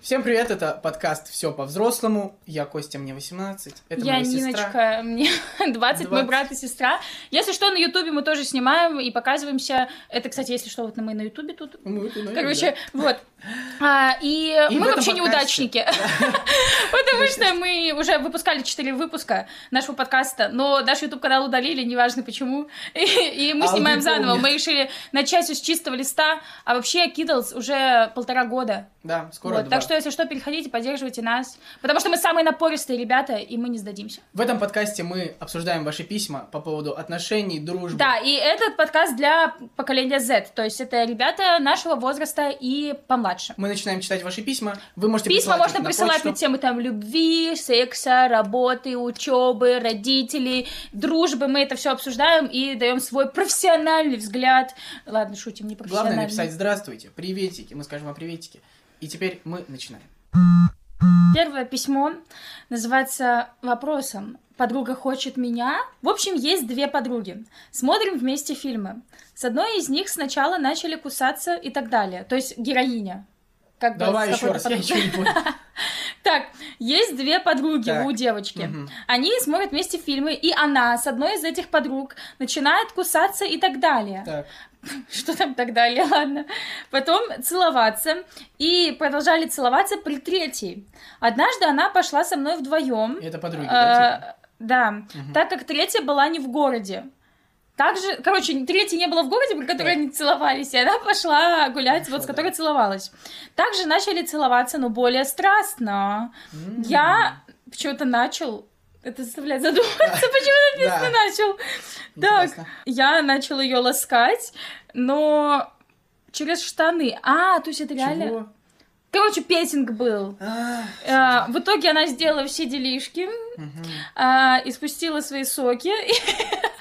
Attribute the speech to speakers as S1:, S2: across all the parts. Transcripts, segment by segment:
S1: Всем привет, это подкаст «Все по-взрослому». Я Костя, мне 18. Это
S2: я
S1: моя сестра.
S2: Ниночка, мне 20, мой
S1: 20.
S2: брат и сестра. Если что, на Ютубе мы тоже снимаем и показываемся. Это, кстати, если что, вот мы на Ютубе тут.
S1: Ну, это, наверное,
S2: Короче, вот. А, и,
S1: И в
S2: мы
S1: этом
S2: вообще
S1: подкасте.
S2: неудачники. Потому что мы уже выпускали 4 выпуска нашего подкаста, но наш YouTube-канал удалили, неважно почему. И, и мы
S1: А
S2: снимаем
S1: аудитория.
S2: заново. Мы решили начать всё с чистого листа. А вообще Китлз уже полтора года.
S1: да. Да, скоро
S2: Вот,
S1: два.
S2: Так что, если что, переходите, поддерживайте нас. Потому что мы самые напористые ребята, и мы не сдадимся.
S1: В этом подкасте мы обсуждаем ваши письма по поводу отношений, дружбы.
S2: Да, и этот подкаст для поколения Z, то есть это ребята нашего возраста и помладше.
S1: Мы начинаем читать ваши письма. Вы можете
S2: Письма
S1: присылать
S2: можно
S1: их на
S2: присылать на
S1: почту.
S2: темы там любви, секса, работы, учебы, родителей, дружбы. Мы это все обсуждаем и даем свой профессиональный взгляд. Ладно, шутим, не профессиональный.
S1: Главное написать «Здравствуйте», «Приветики». Мы скажем вам «Приветики». И теперь мы начинаем.
S2: Первое письмо называется вопросом. Подруга хочет меня. В общем, есть две подруги. Смотрим вместе фильмы. С одной из них сначала начали кусаться и так далее. То есть героиня. Как бы
S1: Давай
S2: с
S1: еще раз,
S2: какой-то
S1: я
S2: подругой.
S1: ничего не понял.
S2: Так, есть две подруги
S1: Так.
S2: у девочки.
S1: Мгм.
S2: Они смотрят вместе фильмы, и она с одной из этих подруг начинает кусаться и так далее.
S1: Так,
S2: Что там так далее, ладно. Потом целоваться. И продолжали целоваться при третьей. Однажды она пошла со мной вдвоем.
S1: это подруги, да,
S2: Э, Да,
S1: типа? Мгм.
S2: так как третья была не в городе. Также, короче, третья не было в городе, при которой
S1: Так.
S2: они целовались, и она пошла гулять,
S1: Хорошо,
S2: вот с
S1: да.
S2: которой целовалась. Также начали целоваться, но более страстно.
S1: М.
S2: Я почему-то начал, это заставляет задуматься, почему
S1: Да,
S2: ты начал. так.
S1: интересно.
S2: Я начал ее ласкать, но через штаны. А, то есть это реально...
S1: Чего?
S2: Короче, петинг был.
S1: А,
S2: Э, в итоге она сделала все делишки.
S1: мгм.
S2: а, испустила свои соки.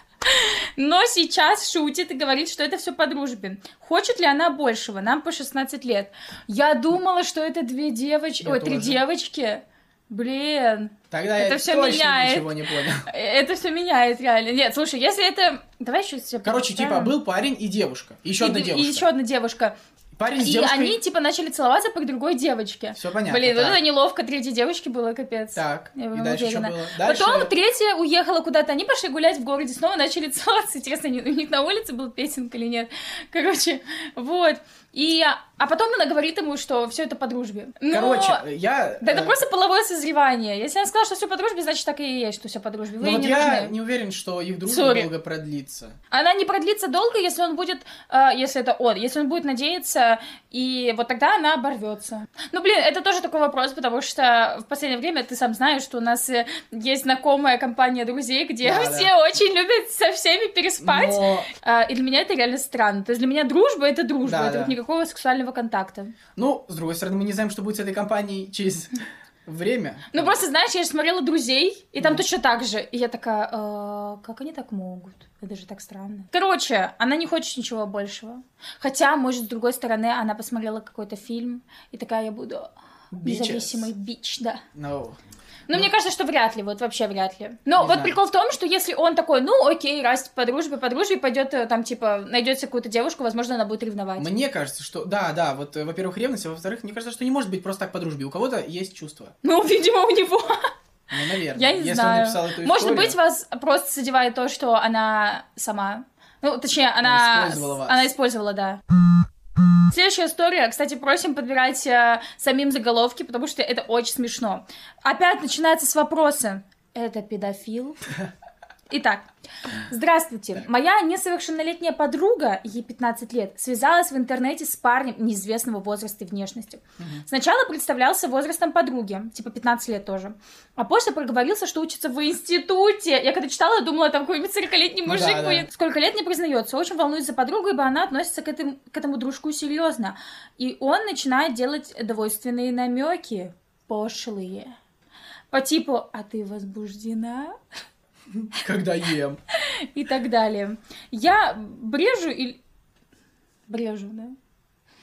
S2: Но сейчас шутит и говорит, что это все по дружбе. Хочет ли она большего? Нам по 16 лет. Я думала, что это две девочки.
S1: Я
S2: Ой, три
S1: тоже.
S2: девочки. Блин,
S1: Тогда
S2: Это
S1: я
S2: всё
S1: точно
S2: меняет.
S1: ничего не понял.
S2: это все меняет реально. Нет, слушай, если это... Давай еще себе
S1: Короче, типа,
S2: представим.
S1: был парень и девушка. Еще
S2: И
S1: одна
S2: д-
S1: девушка.
S2: И еще одна девушка.
S1: Парень с
S2: И
S1: девушкой.
S2: они типа начали целоваться по другой девочке.
S1: Все понятно.
S2: Блин, вот
S1: так.
S2: это неловко третьей девочке было, капец.
S1: Так,
S2: Я
S1: и
S2: была
S1: дальше что
S2: уверена.
S1: было? Дальше...
S2: Потом третья уехала куда-то, они пошли гулять в городе, снова начали целоваться. Интересно, они- у них на улице был песенка или нет. Короче, вот. И, а потом она говорит ему, что все это по дружбе. Ну,
S1: Короче, я...
S2: Да это
S1: э,
S2: просто половое созревание. Если она сказала, что все по дружбе, значит так и есть, что все по дружбе. Вы
S1: Ну
S2: ей
S1: вот
S2: не
S1: я
S2: нужны.
S1: не уверен, что их дружба
S2: Сори.
S1: долго продлится.
S2: Она не продлится долго, если он будет, э, если это он, если он будет надеяться, и вот тогда она оборвется. Ну, блин, это тоже такой вопрос, потому что в последнее время ты сам знаешь, что у нас э, есть знакомая компания друзей, где
S1: Да, да.
S2: все очень любят со всеми переспать.
S1: Но...
S2: А, и для меня это реально странно. То есть для меня дружба это дружба,
S1: Да,
S2: это
S1: да.
S2: вот никакого сексуального контакта.
S1: Ну, с другой стороны, мы не знаем, что будет с этой компанией через время.
S2: Ну, просто, знаешь, я же смотрела «Друзей», и там
S1: Э. Мгм.
S2: точно так же. И я такая, «Э, как они так могут? Это же так странно. Короче, она не хочет ничего большего. Хотя, может, с другой стороны, она посмотрела какой-то фильм, и такая, я буду
S1: Bitches.
S2: независимый бич, да.
S1: No.
S2: Но
S1: Ну.
S2: мне кажется, что вряд ли, вот вообще вряд ли. Но
S1: Не
S2: вот
S1: знаю.
S2: прикол в том, что если он такой, ну окей, раз по дружбе, по дружбе пойдет э, там, типа, найдется какую-то девушку, возможно, она будет ревновать.
S1: Мне кажется, что... Да, да, вот, э, во-первых, ревность, а во-вторых, мне кажется, что не может быть просто так по дружбе. У кого-то есть чувство.
S2: Ну, видимо, у него.
S1: Ну, наверное.
S2: Я не
S1: Если
S2: знаю.
S1: он написал эту
S2: Может
S1: историю,
S2: быть, вас просто задевает то, что она сама. Ну, точнее, она...
S1: Она использовала вас.
S2: Она использовала, да. Следующая история. Кстати, просим подбирать э, самим заголовки, потому что это очень смешно. Опять начинается с вопроса. Это педофил? Итак, здравствуйте.
S1: Так.
S2: Моя несовершеннолетняя подруга, ей 15 лет, связалась в интернете с парнем неизвестного возраста и внешности.
S1: Мгм.
S2: Сначала представлялся возрастом подруги, типа 15 лет тоже. А позже проговорился, что учится в институте. Я когда читала, думала, там какой-нибудь 40-летний
S1: Ну
S2: мужик
S1: да, да.
S2: будет. Сколько лет не признается. Очень волнуется за подругу, ибо она относится к, этому- к этому дружку серьезно. И он начинает делать довольственные намеки. Пошлые. По типу, а ты возбуждена?
S1: Когда ем.
S2: И так далее. Я брежу или... Брежу, да?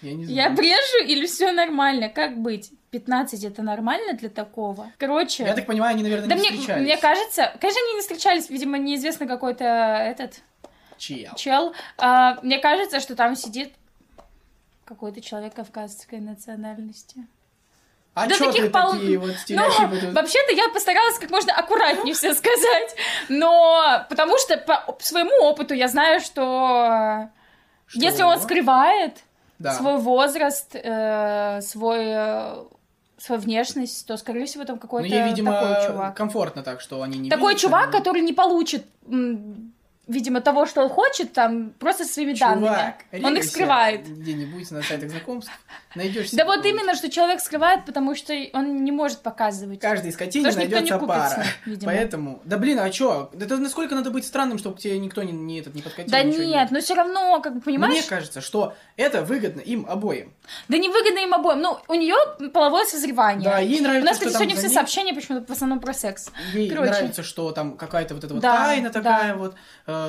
S1: Я не
S2: Я
S1: знаю.
S2: брежу или все нормально? Как быть? 15 это нормально для такого? Короче,
S1: Я так понимаю, они, наверное,
S2: да
S1: не
S2: мне,
S1: встречались.
S2: мне кажется, конечно, они не встречались, видимо, неизвестно какой-то этот
S1: Чел.
S2: чел. А, мне кажется, что там сидит какой-то человек кавказской национальности.
S1: А
S2: Да
S1: чё
S2: таких
S1: ты
S2: пол- Ну,
S1: такие вот стереотипы? тут?
S2: Вообще-то я постаралась как можно аккуратнее все сказать, но потому что по своему опыту я знаю, что,
S1: Что?
S2: если он скрывает
S1: Да. Ну,
S2: свой возраст, э, свой, э, свою внешность, то, скорее всего, там
S1: Ну,
S2: какой-то
S1: ей, видимо,
S2: такой чувак.
S1: комфортно так, что они не
S2: такой
S1: видят,
S2: чувак,
S1: они-
S2: который не получит, м, видимо, того, что он хочет, там, просто своими данными.
S1: Чувак,
S2: Он их
S1: рейся
S2: скрывает.
S1: Где-нибудь на сайтах знакомств найдешь.
S2: Да вот именно, что человек скрывает, потому что он не может показывать.
S1: Каждой скотине
S2: Потому что никто не
S1: найдется
S2: купится,
S1: пара.
S2: видимо.
S1: Поэтому. Да блин, а чё? Да это насколько надо быть странным, чтобы тебе никто не, не этот не подкатил?
S2: Да
S1: ничего не-
S2: нет, но все равно, как бы понимаешь,
S1: Мне кажется, что это выгодно им обоим.
S2: да невыгодно им обоим. Ну, у нее половое созревание.
S1: Да, ей
S2: У
S1: нравится,
S2: нас,
S1: что
S2: кстати,
S1: там
S2: сегодня
S1: за
S2: все
S1: ней-
S2: сообщения почему-то в основном про секс.
S1: Ей
S2: Короче.
S1: нравится, что там какая-то вот эта вот
S2: Да,
S1: тайна
S2: да.
S1: такая вот, э,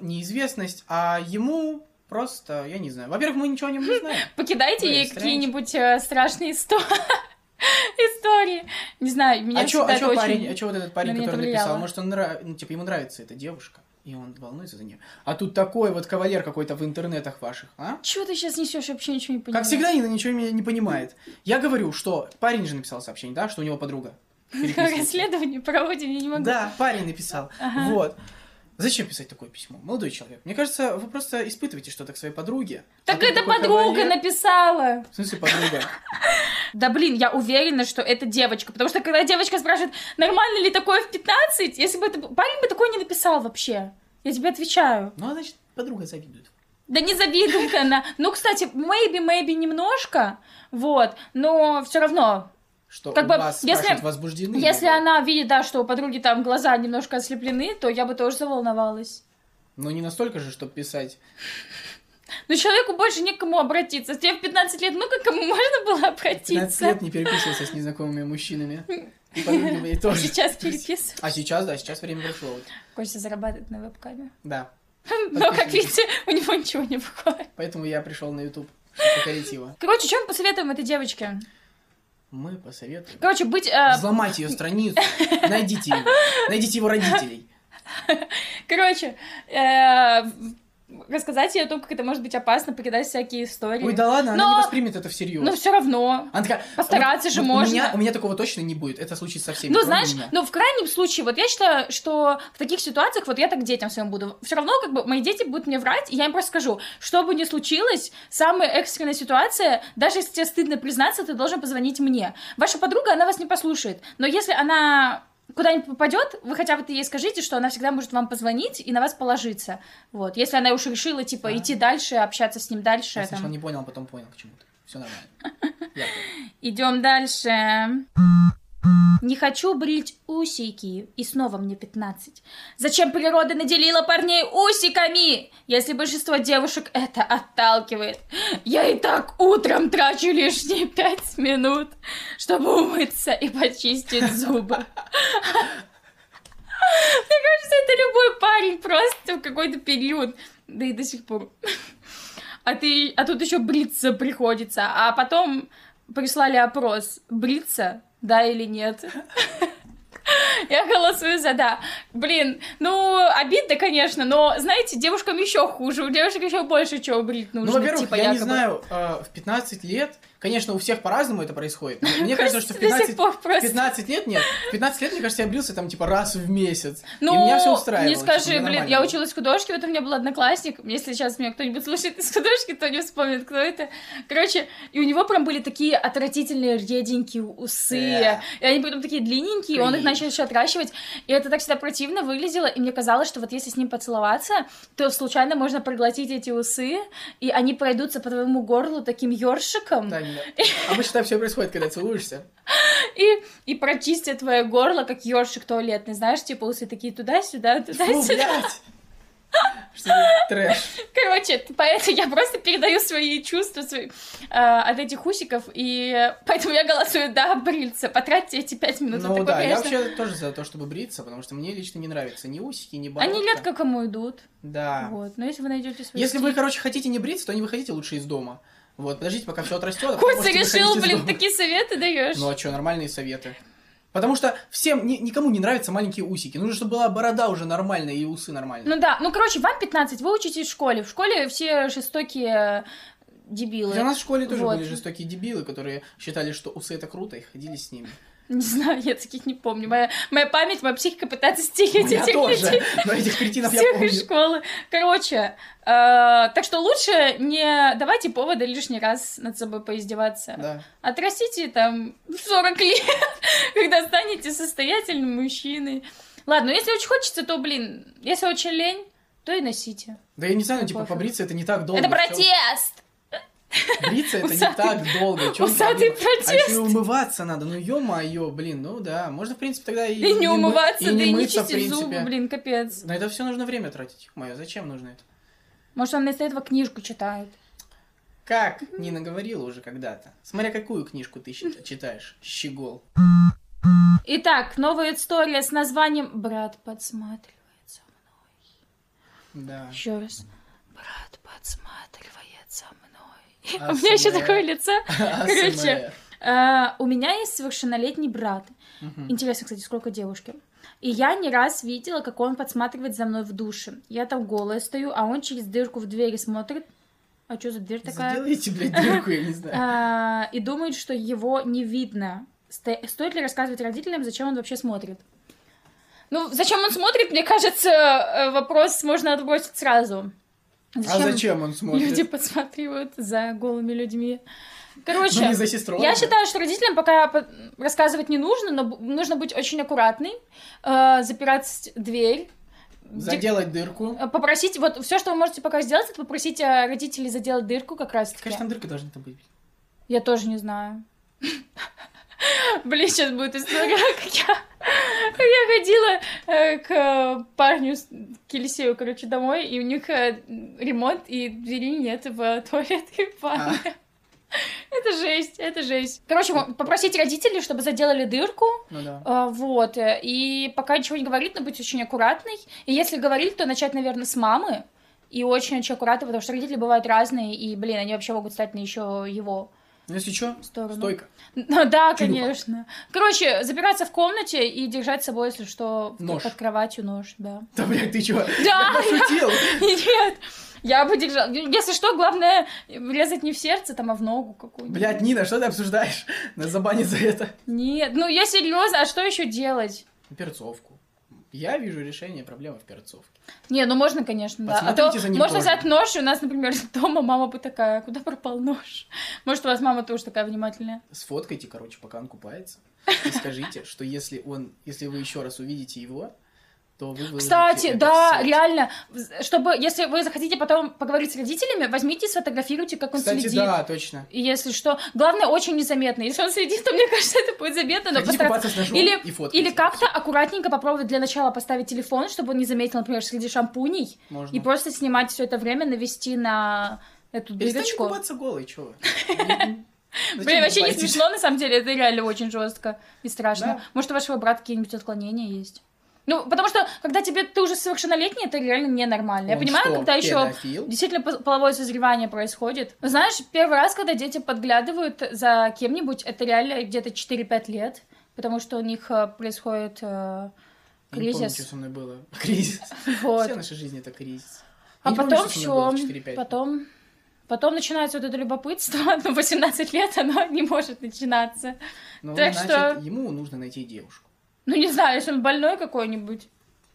S1: неизвестность, а ему просто, я не знаю. Во-первых, мы ничего о нем не знаем.
S2: Покидайте
S1: Блин,
S2: ей
S1: странно.
S2: какие-нибудь э, страшные исто- истории. Не знаю, меня
S1: А чё,
S2: всегда
S1: а
S2: это
S1: чё
S2: очень-
S1: парень, а чё вот этот парень,
S2: на меня это
S1: который
S2: влияло.
S1: написал, может, он нрав... ну, типа, ему нравится эта девушка, и он волнуется за нее. А тут такой вот кавалер какой-то в интернетах ваших, а?
S2: Чего ты сейчас несешь, вообще ничего не понимаю.
S1: Как всегда, Нина ничего меня не понимает. Я говорю, что парень же написал сообщение, да, что у него подруга.
S2: Как
S1: переписывается.
S2: расследование проводим, я не могу.
S1: Да, парень написал.
S2: Ага.
S1: Вот. Зачем писать такое письмо, молодой человек? Мне кажется, вы просто испытываете что-то к своей подруге. А
S2: Так
S1: тут
S2: это
S1: такой
S2: подруга
S1: кавалер-
S2: написала.
S1: В смысле подруга?
S2: Да блин, я уверена, что это девочка. Потому что когда девочка спрашивает, нормально ли такое в 15, если бы это... б- Парень бы такое не написал вообще. Я тебе отвечаю.
S1: Ну, а значит, подруга завидует.
S2: Да не завидует она. Ну, кстати, maybe, maybe немножко, вот, но все равно.
S1: Что
S2: Как
S1: у
S2: бы,
S1: вас
S2: если-
S1: спрашивают, возбуждены? ли
S2: Если
S1: вы?
S2: она видит, да, что у подруги там глаза немножко ослеплены, то я бы тоже заволновалась.
S1: Но Ну, не настолько же, чтобы писать
S2: Но человеку больше не к кому обратиться. Тебе в 15 лет, ну, как кому можно было
S1: 15
S2: обратиться? А
S1: лет не переписывался с незнакомыми мужчинами. И подруги мои тоже.
S2: Сейчас переписываю.
S1: А сейчас, да, сейчас время прошло. вот.
S2: Костя зарабатывает на вебкаме.
S1: Да.
S2: Но, как
S1: Отлично.
S2: видите, у него ничего не выходит.
S1: Поэтому я пришел на YouTube, чтобы покорить его.
S2: Короче, чем посоветуем этой девочке?
S1: Мы посоветуем.
S2: Короче, быть... э,
S1: Взломать ее страницу. Найдите его. Найдите его родителей.
S2: короче, э, рассказать ей о том, как это может быть опасно, покидать всякие истории.
S1: Ой, да ладно, она
S2: Но-
S1: не воспримет это всерьез.
S2: Но все равно.
S1: Она такая,
S2: Постараться
S1: «Вот-
S2: же
S1: вот
S2: можно».
S1: У меня, у меня такого точно не будет. Это случится со всеми.
S2: Ну,
S1: кроме
S2: знаешь,
S1: меня.
S2: ну, в крайнем случае, вот я считаю, что в таких ситуациях, вот я так детям своим буду, все равно, как бы, мои дети будут мне врать, и я им просто скажу, что бы ни случилось, самая экстренная ситуация, даже если тебе стыдно признаться, ты должен позвонить мне. Ваша подруга, она вас не послушает, но если она куда-нибудь попадет, вы хотя бы ей скажите, что она всегда может вам позвонить и на вас положиться. Вот, если она уж решила, типа,
S1: Да.
S2: идти дальше, общаться с ним дальше.
S1: Я сначала
S2: Там.
S1: не понял, а потом понял к чему-то. Все нормально. Я понял.
S2: Идем дальше. Не хочу брить усики. И снова мне 15. Зачем природа наделила парней усиками, если большинство девушек это отталкивает? Я и так утром трачу лишние 5 минут, чтобы умыться и почистить зубы. Мне кажется, это любой парень просто в какой-то период. Да и до сих пор. А, ты, а тут еще бриться приходится. А потом прислали опрос, бриться, да или нет. Я голосую за да. Блин, ну, обидно, конечно, но, знаете, девушкам еще хуже, у девушек еще больше чего брить нужно.
S1: Ну, во-первых,
S2: типа,
S1: я не
S2: якобы.
S1: знаю, э, в 15 лет, конечно, у всех по-разному это происходит. но Мне кажется, что в
S2: до
S1: 15
S2: сих пор
S1: В
S2: просто.
S1: 15 лет нет. В 15 лет, мне кажется, я брился там типа раз в месяц.
S2: Ну,
S1: и меня все устраивало.
S2: не
S1: типа,
S2: скажи,
S1: мне
S2: блин,
S1: нормально
S2: я
S1: было.
S2: училась в художке, вот у меня был одноклассник, если сейчас меня кто-нибудь слушает из художки, то не вспомнит, кто это. Короче, и у него прям были такие отвратительные реденькие усы,
S1: Да.
S2: и они потом такие длинненькие, и он их
S1: Кринж.
S2: начал еще отращивать, и это так всегда противно выглядело, и мне казалось, что вот если с ним поцеловаться, то случайно можно проглотить эти усы, и они пройдутся по твоему горлу таким ёршиком,
S1: Да, не, да. Обычно так все происходит, когда целуешься.
S2: и, и прочистят твое горло, как ёршик туалетный, знаешь, типа усы такие туда-сюда,
S1: Фу,
S2: туда-сюда.
S1: блядь! Что за трэш?
S2: Короче, т- поэтому я просто передаю свои чувства свои, э, от этих усиков, и э, поэтому я голосую «да, бриться». Потратьте эти пять минут.
S1: Ну
S2: Вот такой,
S1: да, я
S2: конечно,
S1: вообще тоже за то, чтобы бриться, потому что мне лично не нравятся ни усики, ни бородка.
S2: Они редко кому идут.
S1: Да.
S2: Вот. Но если вы найдете свою...
S1: Если вы, короче, хотите не бриться, то не выходите лучше из дома. Вот, подождите, пока все отрастет. а потом
S2: Костя
S1: можете
S2: решил,
S1: выходить из
S2: блин,
S1: дома.
S2: такие советы даешь.
S1: Ну а что, нормальные советы. Потому что всем, ни- никому не нравятся маленькие усики. Нужно, чтобы была борода уже нормальная и усы нормальные.
S2: Ну да, ну короче, вам 15, вы учитесь в школе. В школе все жестокие
S3: дебилы.
S1: Для нас в школе тоже
S3: Вот.
S1: были жестокие дебилы, которые считали, что усы это круто, и ходили с ними.
S2: Не знаю, я таких не помню. Моя, моя память, моя психика пытается стихить
S1: Ну, Я
S2: этих людей.
S1: тоже, но этих кретинов я
S2: Всех
S1: помню.
S2: из школы. Короче, э, так что лучше не давайте повода лишний раз над собой поиздеваться.
S1: Да.
S2: Отрастите там 40 лет, когда станете состоятельным мужчиной. Ладно, ну если очень хочется, то, блин, если очень лень, то и носите.
S1: Да я не знаю, типа
S2: Пофиг.
S1: побриться это не так долго.
S2: Это
S1: в чём-
S2: протест!
S1: Бриться это не
S2: Усатый-
S1: так долго. в чём
S2: усатый
S1: проблема?
S2: протест.
S1: А еще и умываться надо. Ну ё-моё, блин, ну да. Можно, в принципе, тогда и,
S2: И не
S1: мы-
S2: умываться, да и не
S1: мыться, в
S2: чистить зубы,
S1: принципе.
S2: блин, капец.
S1: На это все нужно время тратить. Мое, зачем нужно это?
S2: Может, он вместо этого книжку читает.
S1: Как Нина говорила уже когда-то. Смотря какую книжку ты щи- читаешь. Щегол.
S2: Итак, новая история с названием «Брат подсматривает за
S1: Да.
S2: мной». Еще раз. «Брат подсматривает за мной».
S1: А
S2: У меня еще
S1: СМР?
S2: такое лицо.
S1: А
S2: Короче.
S1: ASMR.
S2: Э, У меня есть совершеннолетний брат.
S1: Мгм.
S2: Интересно, кстати, сколько девушки. И я не раз видела, как он подсматривает за мной в душе. Я там голая стою, а он через дырку в двери смотрит. А что за дверь такая?
S1: Сделайте, блядь, дырку, я не знаю.
S2: А, и думает, что его не видно. Сто- Стоит ли рассказывать родителям, зачем он вообще смотрит? Ну, зачем он смотрит, мне кажется, э, вопрос можно отбросить сразу.
S1: А зачем он смотрит?
S2: люди подсматривают за голыми людьми? Короче,
S1: Ну, не за сестрой.
S2: я
S1: да.
S2: считаю, что родителям пока по- рассказывать не нужно, но б- нужно быть очень аккуратной, э, запирать с- дверь. Дик-
S1: Заделать дырку.
S2: э, Попросить, вот все, что вы можете пока сделать, это попросить э, родителей заделать дырку как раз таки.
S1: Какая же там дырка должна быть?
S2: Я тоже не знаю. Блин, сейчас будет история, как я, как я ходила э, к э, парню с- к Елисею, короче, домой, и у них э, ремонт, и двери нет в туалет и в
S1: А,
S2: ванной. Это жесть, это жесть. Короче, м- попросить родителей, чтобы заделали дырку,
S1: Ну да.
S2: э, вот, э, и пока ничего не говорит, но быть очень аккуратной. И если говорить, то начать, наверное, с мамы, и очень-очень аккуратно, потому что родители бывают разные, и, блин, они вообще могут стать на еще его
S1: Ну если что,
S2: сторону.
S1: стойка.
S2: Ну,
S1: Чулюха.
S2: да, конечно. Короче, запираться в комнате и держать с собой, если что, в-
S1: Нож.
S2: под кроватью нож, да.
S1: Да, блядь, ты чё?
S2: Да,
S1: Пошутил.
S2: нет, я бы держала. Если что, главное, резать не в сердце, там, а в ногу какую-нибудь.
S1: Блядь, Нина, что ты обсуждаешь? Нас забанят за это.
S2: Нет, ну я серьезно, а что еще делать?
S1: Перцовку. Я вижу решение проблемы в перцовке.
S2: Не, ну можно, конечно, да. А то
S1: Посмотрите за ним
S2: можно
S1: позже.
S2: взять нож, и у нас, например, дома мама бы такая, куда пропал нож? Может, у вас мама тоже такая внимательная?
S1: Сфоткайте, короче, пока он купается. И скажите, что если он, если вы еще раз увидите его, то вы выложите
S2: Кстати,
S1: это
S2: да,
S1: в сеть.
S2: реально, в- чтобы, если вы захотите потом поговорить с родителями, возьмите и сфотографируйте, как он
S1: Кстати,
S2: следит.
S1: да, точно.
S2: И Если что, главное, очень незаметно. Если он следит, то мне кажется, это будет заметно, но
S1: Хотите
S2: Ну,
S1: купаться
S2: постараться...
S1: с ножом
S2: Или,
S1: и фоткать.
S2: или как-то аккуратненько попробовать для начала поставить телефон, чтобы он не заметил, например, среди шампуней,
S1: Можно.
S2: и просто снимать все это время, навести на эту
S1: Перестаньте
S2: дырочку.
S1: купаться голый, чё вы. Зачем
S2: Блин, вообще не
S1: купаетесь?
S2: смешно, на самом деле, это реально очень жестко и страшно.
S1: Да.
S2: Может, у вашего брата какие-нибудь отклонения есть? Ну, потому что, когда тебе ты уже совершеннолетний, это реально ненормально. Я
S1: Он
S2: понимаю,
S1: что,
S2: когда еще
S1: педофил?
S2: Действительно, пол- половое созревание происходит. Знаешь, первый раз, когда дети подглядывают за кем-нибудь, это реально где-то 4-5 лет, потому что у них э, происходит э,
S1: Я не помню,
S2: кризис.
S1: что со мной было. Кризис.
S2: вот.
S1: Вся наша жизнь это кризис.
S2: А
S1: Я не помню,
S2: потом
S1: что со мной было в
S2: всё,
S1: 4-5.
S2: Потом, потом начинается вот это любопытство, но 18 лет оно не может начинаться.
S1: Ну,
S2: так
S1: значит,
S2: что-
S1: ему нужно найти девушку.
S2: Ну, не знаю, если он больной какой-нибудь,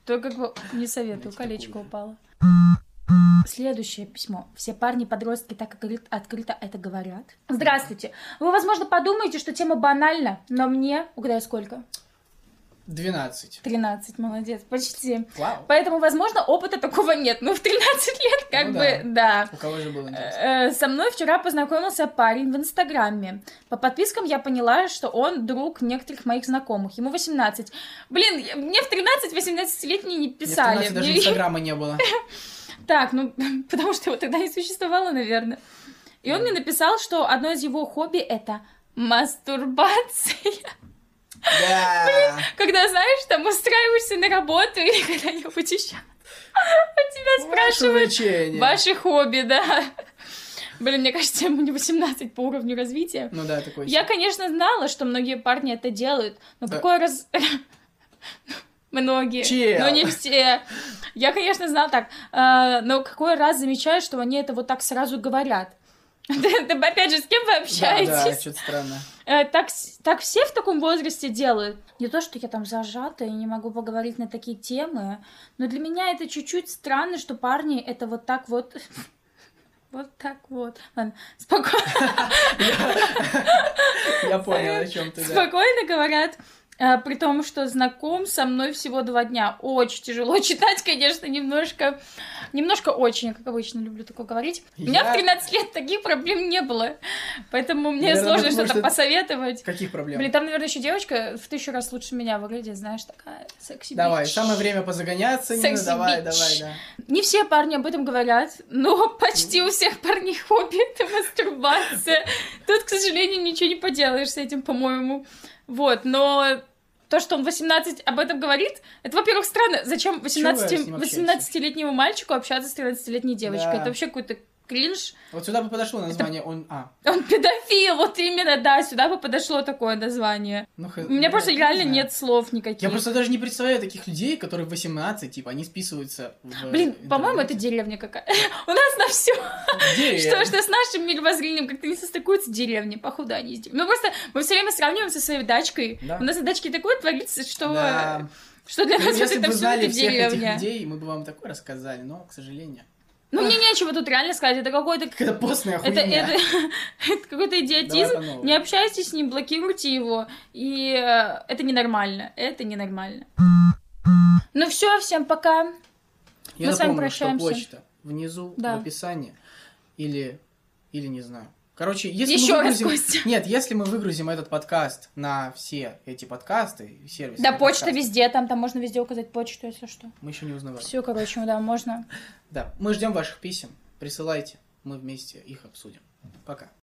S2: то как бы не советую,
S1: Знаете,
S2: колечко
S1: такую же.
S2: упало. Следующее письмо. Все парни-подростки так откры- открыто это говорят. Здравствуйте. Вы, возможно, подумаете, что тема банальна, но мне... Угадай, сколько?
S1: 12.
S2: 13, молодец, почти.
S1: Вау.
S2: Поэтому, возможно, опыта такого нет. Ну, в 13 лет как
S1: Ну
S2: бы, да.
S1: У кого же было интересно?
S2: Э, Со мной вчера познакомился парень в Инстаграме. По подпискам я поняла, что он друг некоторых моих знакомых. Ему 18. Блин, я- мне в 13-18-летние не
S1: Мне в
S2: писали.
S1: 13 даже
S2: Мне-
S1: инстаграма не было.
S2: Так, ну, потому что его тогда не существовало, наверное. И он мне написал, что одно из его хобби — это мастурбация.
S1: Да.
S2: Когда, знаешь, там устраиваешься на работу или когда-нибудь еще. У тебя
S1: Ваше
S2: спрашивают,
S1: увлечение.
S2: Ваши хобби, да. Блин, мне кажется, ему не 18 по уровню развития.
S1: Ну да, такой.
S2: Я, конечно, знала, что многие парни это делают, но
S1: Да.
S2: какой раз... Многие,
S1: Чел.
S2: но не все. Я, конечно, знала так, э, но какой раз замечаю, что они это вот так сразу говорят. Ты, ты, опять же, с кем вы
S1: Да, да,
S2: общаетесь?
S1: что-то странно.
S2: Э, так, с- так все в таком возрасте делают. Не то, что я там зажата и не могу поговорить на такие темы, но для меня это чуть-чуть странно, что парни это вот так вот... Вот так вот. Ладно, спокойно,
S1: Я понял, о чем ты, да.
S2: спокойно говорят. э, При том, что знаком со мной всего два дня. Очень тяжело читать, конечно, немножко. Немножко очень, как обычно, люблю такое говорить. У меня
S1: Я-
S2: в 13 лет таких проблем не было. Поэтому мне
S1: Наверное,
S2: сложно
S1: потому
S2: что-то
S1: что-
S2: посоветовать.
S1: Каких
S2: Блин,
S1: проблем?
S2: там, наверное, еще девочка в тысячу раз лучше меня выглядит, знаешь, такая секси
S1: Давай,
S2: бич.
S1: самое время позагоняться, Нина,
S2: Секси
S1: давай,
S2: бич.
S1: давай, да.
S2: Не все парни об этом говорят, но почти у всех парней хобби — это мастурбация. Тут, к сожалению, ничего не поделаешь с этим, по-моему. Вот, но то, что он 18 об этом говорит, это, во-первых, странно. Зачем
S1: вы с ним
S2: 18
S1: общаетесь?
S2: 18-летнему мальчику общаться с 13-летней девочкой?
S1: Да.
S2: Это вообще какой-то кринж.
S1: Вот сюда бы подошло название он... А,
S2: Он педофил, вот именно, да, сюда бы подошло такое название.
S1: ну
S2: У меня просто реально
S1: нет
S2: нет слов никаких.
S1: Я просто даже не представляю таких людей, которые в 18, типа, они списываются в... э,
S2: Блин, по-моему, это деревня какая. У нас на все,
S1: Где?
S2: что, что с нашим мировоззрением как-то не состыкуется деревня, походу они здесь. Ну просто мы все время сравниваем со своей дачкой.
S1: Да.
S2: У нас на дачке такое творится, что,
S1: Да. Ну,
S2: что для нас вот
S1: Если бы
S2: это
S1: вы
S2: все
S1: знали
S2: это
S1: всех этих
S2: деревня.
S1: людей, мы бы вам такое рассказали, но, к сожалению.
S2: Ну мне нечего тут реально сказать, это какой-то...
S1: Какая-то постная
S2: Это,
S1: хуйня.
S2: это, это какой-то
S1: Давай
S2: идиотизм.
S1: по новой.
S2: Не общайтесь с ним, блокируйте его. И э, это ненормально. Это ненормально. Ну все, всем пока.
S1: Я
S2: Мы с вами
S1: напомню, что
S2: прощаемся.
S1: почта внизу
S2: Да.
S1: в описании или или не знаю. Короче, если мы
S2: Еще раз,
S1: выгрузим-
S2: Костя.
S1: Нет, если мы выгрузим этот подкаст на все эти подкасты, сервисы.
S2: Да,
S1: для
S2: почта
S1: подкастов,
S2: везде, там, там можно везде указать почту, если что.
S1: Мы еще не узнавали.
S2: Все, короче, да, можно.
S1: Да, мы ждем ваших писем. Присылайте, мы вместе их обсудим. Пока.